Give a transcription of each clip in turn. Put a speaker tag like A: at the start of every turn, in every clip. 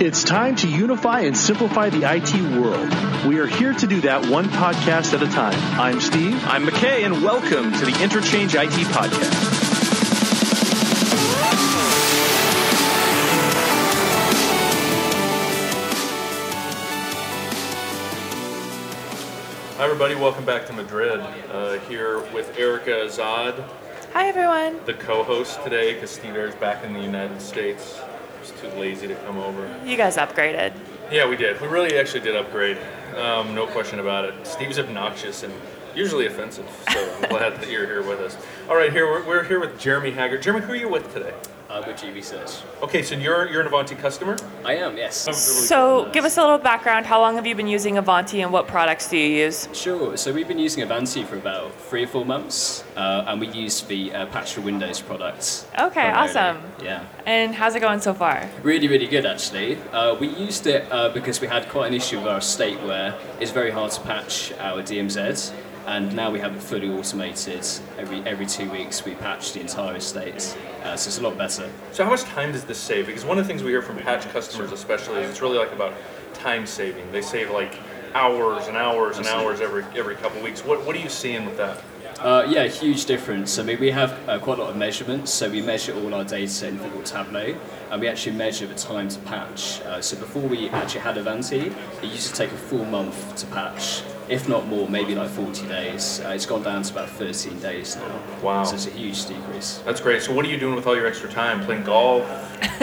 A: It's time to unify and simplify the IT world. We are here to do that one podcast at a time. I'm Steve.
B: I'm McKay, and welcome to the Interchange IT Podcast. Hi, everybody. Welcome back to Madrid. Uh, here with Erica Azad,
C: Hi everyone.
B: the co host today, because Steve Ayers back in the United States. He was too lazy to come over.
C: You guys upgraded.
B: Yeah, we did. We really actually did upgrade. Um, no question about it. Steve's obnoxious and usually offensive, so I'm glad that you're here with us. All right, here we're, we're here with Jeremy Haggard. Jeremy, who are you with today?
D: uh, with GB says.
B: Okay, so you're you're an Avanti customer.
D: I am,
C: Oh.
D: yes.
C: So, give us a little background. How long have you been using Avanti and what products do you use?
D: Sure, so we've been using Avanti for about three or four months, uh, and we use the uh, Patch for Windows products.
C: Okay,
D: primarily.
C: awesome.
D: Yeah,
C: And how's it going so far?
D: really, really good actually. Uh, we used it uh, because we had quite an issue with our state where it's very hard to patch our DMZ, and now we have it fully automated. Every, every two weeks, we patch the entire estate, uh, so it's a lot better.
B: So how much time does this save? Because one of the things we hear from patch customers, especially, is it's really like about time saving. They save like hours and hours and hours every every couple of weeks. What what are you seeing with that?
D: Uh, yeah, huge difference. I mean, we have uh, quite a lot of measurements, so we measure all our data in Google Tableau, and we actually measure the time to patch. Uh, so before we actually had Avanti, it used to take a full month to patch, if not more, maybe like 40 days. Uh, it's gone down to about 13 days now.
B: Wow.
D: So it's a huge decrease.
B: That's great. So what are you doing with all your extra time? Playing golf?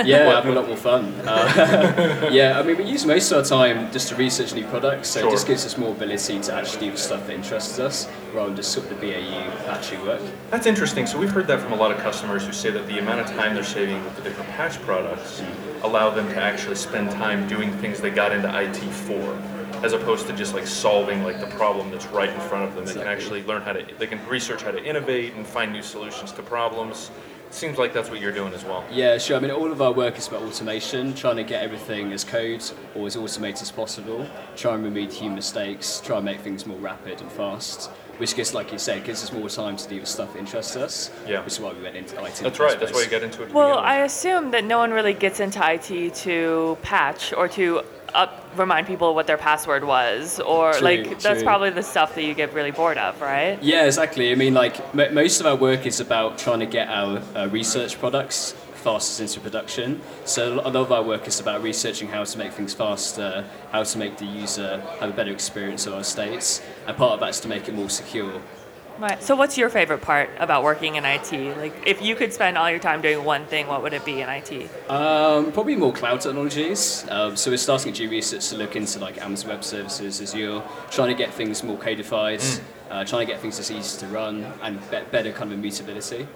D: Yeah, having a lot more fun. Uh, yeah, I mean, we use most of our time just to research new products, so
B: Sure.
D: it just gives us more ability to actually do the stuff that interests us, rather than just sort of the BAU patchy work.
B: That's interesting. So we've heard that from a lot of customers who say that the amount of time they're saving with the different patch products allow them to actually spend time doing things they got into IT for, as opposed to just like solving like the problem that's right in front of them. They can
D: Exactly.
B: actually learn how to they can research how to innovate and find new solutions to problems. Seems like that's what you're doing as well.
D: Yeah, sure. I mean, all of our work is about automation, trying to get everything as code or as automated as possible, try and remove human mistakes, try and make things more rapid and fast, which gives, like you say, gives us more time to do the stuff that interests us,
B: Yeah.
D: which is why we went into IT.
B: That's
D: in the
B: right.
D: first
B: That's why
D: place.
B: you got into it. to
C: Well,
B: begin with.
C: I assume that no one really gets into IT to patch or to up remind people what their password was or
D: True,
C: like that's
D: true.
C: probably the stuff that you get really bored of, right?
D: Yeah, exactly. I mean, like, m- most of our work is about trying to get our uh, research products fastest into production. So a lot of our work is about researching how to make things faster, how to make the user have a better experience of our states, and part of that is to make it more secure.
C: Right. So what's your favorite part about working in IT? Like if you could spend all your time doing one thing, what would it be in IT?
D: Um, probably more cloud technologies. Um, so we're starting at G Research to look into like Amazon Web Services, Azure, trying to get things more codified,
B: Mm.
D: uh, trying to get things as easy to run and be- better kind of immutability.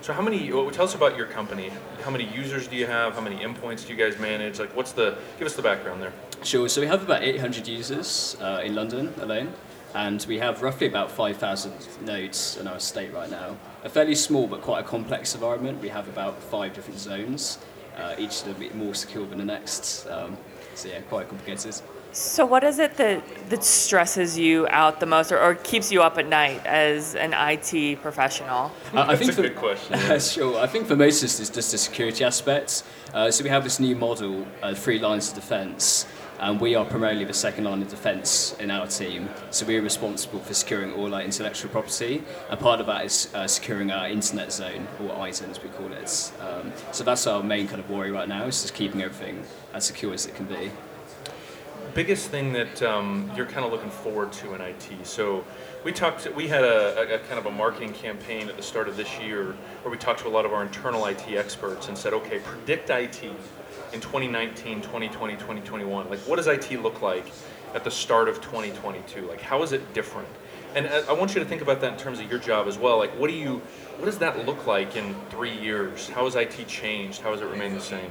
B: So how many? Well, tell us about your company. How many users do you have? How many endpoints do you guys manage? Like, what's the? Give us the background there.
D: Sure. So we have about 800 users uh, in London alone, and we have roughly about 5,000 nodes in our estate right now. A fairly small but quite a complex environment. We have about five different zones, uh, each a bit more secure than the next. Um, so yeah, quite complicated.
C: So, what is it that, that stresses you out the most or, or keeps you up at night as an IT professional?
D: Uh, I
B: That's
D: think
B: a
D: for-
B: good question.
D: sure. Uh, I think for most of us, it's just the security aspects. Uh, so we have this new model, uh, three lines of defence, and we are primarily the second line of defence in our team. So we're responsible for securing all our intellectual property, and part of that is uh, securing our internet zone, or ISO as we call it. Um, so that's our main kind of worry right now, is just keeping everything as secure as it can be.
B: biggest thing that um, you're kind of looking forward to in IT? So we talked. We had a, a, a kind of a marketing campaign at the start of this year where we talked to a lot of our internal IT experts and said, okay, predict IT in 2019, 2020, 2021. Like, what does IT look like at the start of 2022? Like, how is it different? And I I want you to think about that in terms of your job as well. Like, what do you, what does that look like in three years? How has IT changed? How has it remained the same?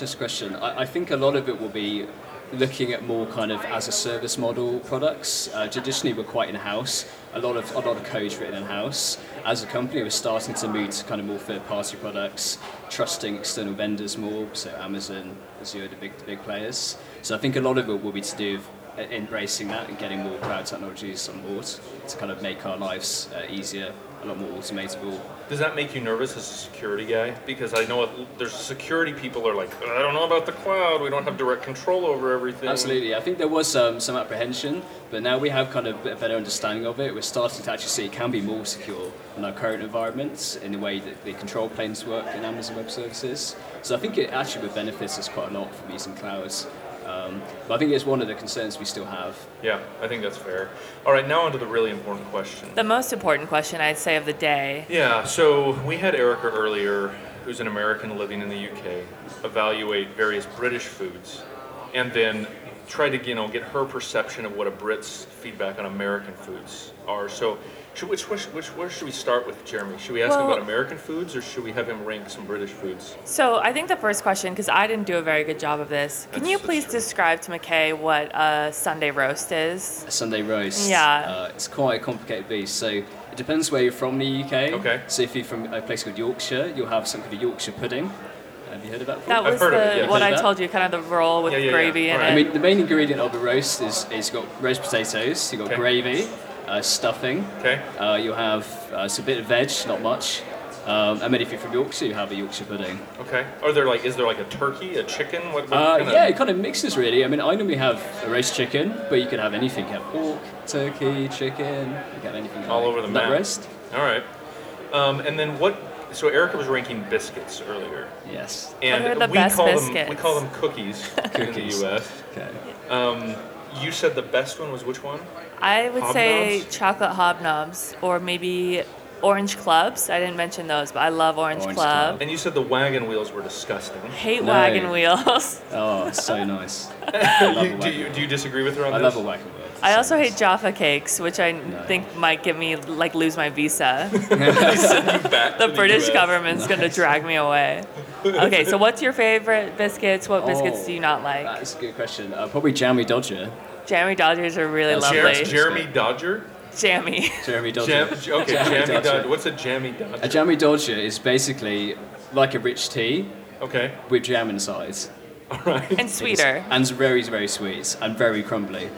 D: Just a question. I, I think a lot of it will be looking at more kind of as a service model products. Uh, traditionally, we're quite in house. A lot of a lot of code's written in house. As a company, we're starting to move to kind of more third party products, trusting external vendors more. So Amazon, Azure, the big the big players. So I think a lot of it will be to do with uh, embracing that and getting more cloud technologies on board to kind of make our lives uh, easier a lot more automatable.
B: Does that make you nervous as a security guy? Because I know it, there's security people are like, I don't know about the cloud. We don't have direct control over everything.
D: Absolutely, I think there was um, some apprehension, but now we have kind of a better understanding of it. We're starting to actually see it can be more secure in our current environments in the way that the control planes work in Amazon Web Services. So I think it actually would benefit us quite a lot from using clouds. Um, but I think it's one of the concerns we still have.
B: Yeah, I think that's fair. All right, now onto the really important question.
C: The most important question I'd say of the day.
B: Yeah, so we had Erica earlier, who's an American living in the UK, evaluate various British foods and then try to you know get her perception of what a Brit's feedback on American foods are. So, should, which, which, which where should we start with Jeremy? Should we ask him
C: Well-
B: about American foods, or should we have him rank some British foods?
C: So I think the first question, because I didn't do a very good job of this, can
B: That's-
C: you
B: that's
C: please
B: true.
C: describe to McKay what a Sunday roast is?
D: A Sunday roast.
C: Yeah.
D: Uh, it's quite a complicated beast. So it depends where you're from in the UK.
B: Okay.
D: So if you're from a place called Yorkshire, you'll have something called a Yorkshire pudding. Have you heard about
C: That
B: I've
C: was
B: heard of it,
C: the,
B: yeah.
C: what I
D: That-
C: told you, kind of the roll with
B: Yeah, yeah, yeah.
C: gravy in
B: Alright.
D: I
C: it.
D: mean, the main ingredient of a roast is it's got roast potatoes, you've got
B: Okay.
D: gravy, uh, stuffing,
B: Okay.
D: uh, you have uh, it's a bit of veg, not much. Um, and then if you're from Yorkshire, you have a Yorkshire pudding.
B: Okay. Are there like is there like a turkey, a chicken? What, what
D: Uh,
B: kinda-
D: yeah, it kind of mixes really. I mean, I normally have a roast chicken, but you could have anything. You can have pork, turkey, chicken, you can have anything.
B: all
D: like
B: over the
D: that
B: map.
D: roast?
B: All right. Um, and then what? So Erica was ranking biscuits earlier,
D: Yes.
B: and
C: What are the
B: we
C: best
B: call them we
C: biscuits?
B: call them cookies, in the
D: Cookies.
B: U.S.
D: Okay.
B: You said the best one was which one?
C: I would say
B: Hobnobs?
C: chocolate hobnobs or maybe orange clubs. I didn't mention those, but I love orange,
D: Orange
C: club.
D: Club.
B: And you said the wagon wheels were disgusting.
C: Hate
D: No.
C: wagon wheels.
D: Oh, it's so nice. I love
B: You-
D: a
B: do,
D: wagon
B: you,
D: wheel.
B: do you disagree with her on
D: I
B: this?
D: love a wagon wheel. It's
C: I
D: so
C: also
D: nice.
C: hate Jaffa cakes, which I think might give me like lose my visa.
B: Back
C: The
B: to
C: British
B: US.
C: government's going to drag me away. Okay, so what's your favorite biscuits? What biscuits
D: Oh,
C: do you not like?
D: That's a good question. Uh, probably Jammy Dodger.
C: Jammy Dodgers are really
D: That's
B: Jer-
C: lovely.
D: Lovely.
B: Jeremy Dodger?
C: Jammy.
D: Jeremy Dodger.
B: Jam- okay,
D: Jammy
B: Jammy Dodger.
D: Dodger.
B: What's a Jammy Dodger?
D: A jammy dodger is basically like a rich tea
B: okay,
D: with jam inside.
B: all right.
C: And sweeter.
D: And it's very, very sweet and very crumbly.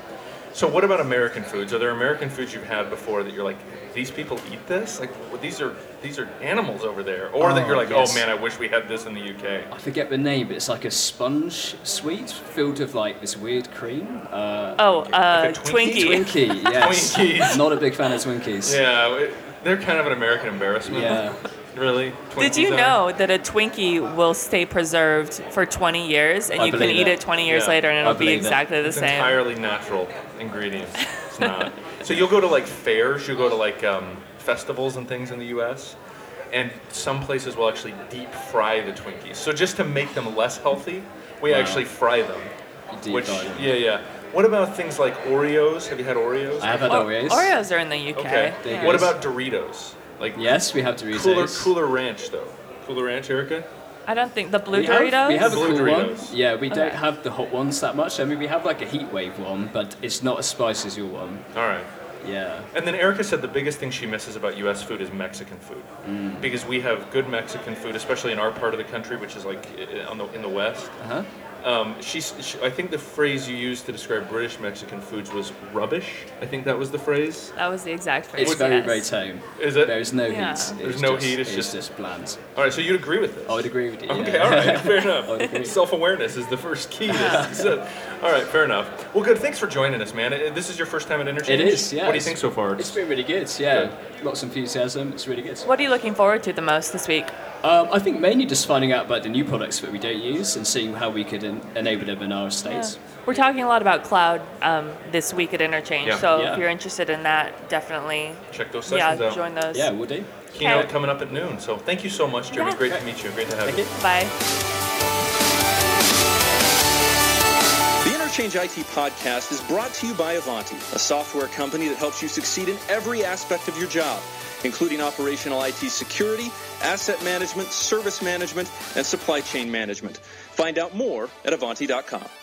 B: So, what about American foods? Are there American foods you've had before that you're like, these people eat this? Like, w- these are these are animals over there, or that
D: Oh,
B: you're like, oh
D: yes.
B: man, I wish we had this in the UK.
D: I forget the name, but it's like a sponge sweet filled with like this weird cream. Uh,
C: Oh, uh,
B: Like a Twinkie?
C: Twinkie.
D: Twinkie, yes.
B: Twinkies.
D: Not a big fan of Twinkies.
B: Yeah, it- they're kind of an American embarrassment.
D: Yeah.
B: really.
C: Did
B: Twinkies
C: you
B: are?
C: know that a Twinkie will stay preserved for 20 years and
D: I
C: you can
D: believe
C: eat it
D: it.
C: 20 years
B: Yeah,
C: later and
D: I
C: it'll be
D: believe it.
C: exactly the
B: It's
C: same?
B: entirely natural ingredients. It's not. so you'll go to like fairs, you'll go to like um, festivals and things in the U.S. And some places will actually deep fry the Twinkies. So just to make them less healthy, we
D: Wow.
B: actually fry them.
D: Deep
B: which
D: fried them.
B: yeah, yeah. What about things like Oreos? Have you had Oreos?
D: I have had
C: Or-
D: Oreos.
C: Oreos are in the UK.
B: Okay.
D: There
C: Yeah.
D: you
B: What
D: go.
B: about Doritos? Like
D: Yes, we have to use
B: cooler,
D: those.
B: cooler ranch though. Cooler ranch, Erica.
C: I don't think the blue
D: We
C: Doritos.
D: Have, we have a
B: Blue
D: cool
B: Doritos.
D: one. Yeah, we don't
C: Okay.
D: have the hot ones that much. I mean, we have like a heat wave one, but it's not as spicy as your one.
B: All right.
D: Yeah.
B: And then Erica said the biggest thing she misses about U.S. food is Mexican food,
D: Mm.
B: because we have good Mexican food, especially in our part of the country, which is like i- on the in the West.
D: Uh-huh.
B: Um, she's, she, I think the phrase you used to describe British Mexican foods was rubbish. I think that was the phrase.
C: that was the exact phrase.
D: It's very,
C: yes.
D: very tame.
B: Is it?
D: There is no
C: Yeah.
D: heat. It's
B: There's no
D: just,
B: heat, it's just-
D: just bland.
B: All right, so you'd agree with this?
D: I would agree with you. yeah.
B: Okay, all right, fair
D: I would agree.
B: enough. Self awareness is the first key. to success. all right, fair enough. Well, good. Thanks for joining us, man. Uh, This is your first time at Interchange.
D: It is, yeah.
B: What do you
D: It's-
B: think so far?
D: It's been really good, yeah. Lots of enthusiasm. It's really good.
C: What are you looking forward to the most this week?
D: Um, I think mainly just finding out about the new products that we don't use and seeing how we could en- enable them in our
B: Uh,
D: estates.
C: We're talking a lot about cloud um, this week at Interchange,
B: Yeah.
C: so
D: Yeah.
C: if you're interested in that, definitely
B: Check those
C: yeah,
B: sessions out.
C: join those.
D: Yeah, we'll do.
B: Keynote
C: Okay.
B: coming up at noon. So thank you so much, Jeremy.
C: Yeah.
B: Great to meet you. Great to have you.
D: Thank
A: The
C: Bye.
D: you.
A: Interchange IT podcast is brought to you by Avanti, a software company that helps you succeed in every aspect of your job, including operational IT security, asset management, service management, and supply chain management. Find out more at Avanti.com.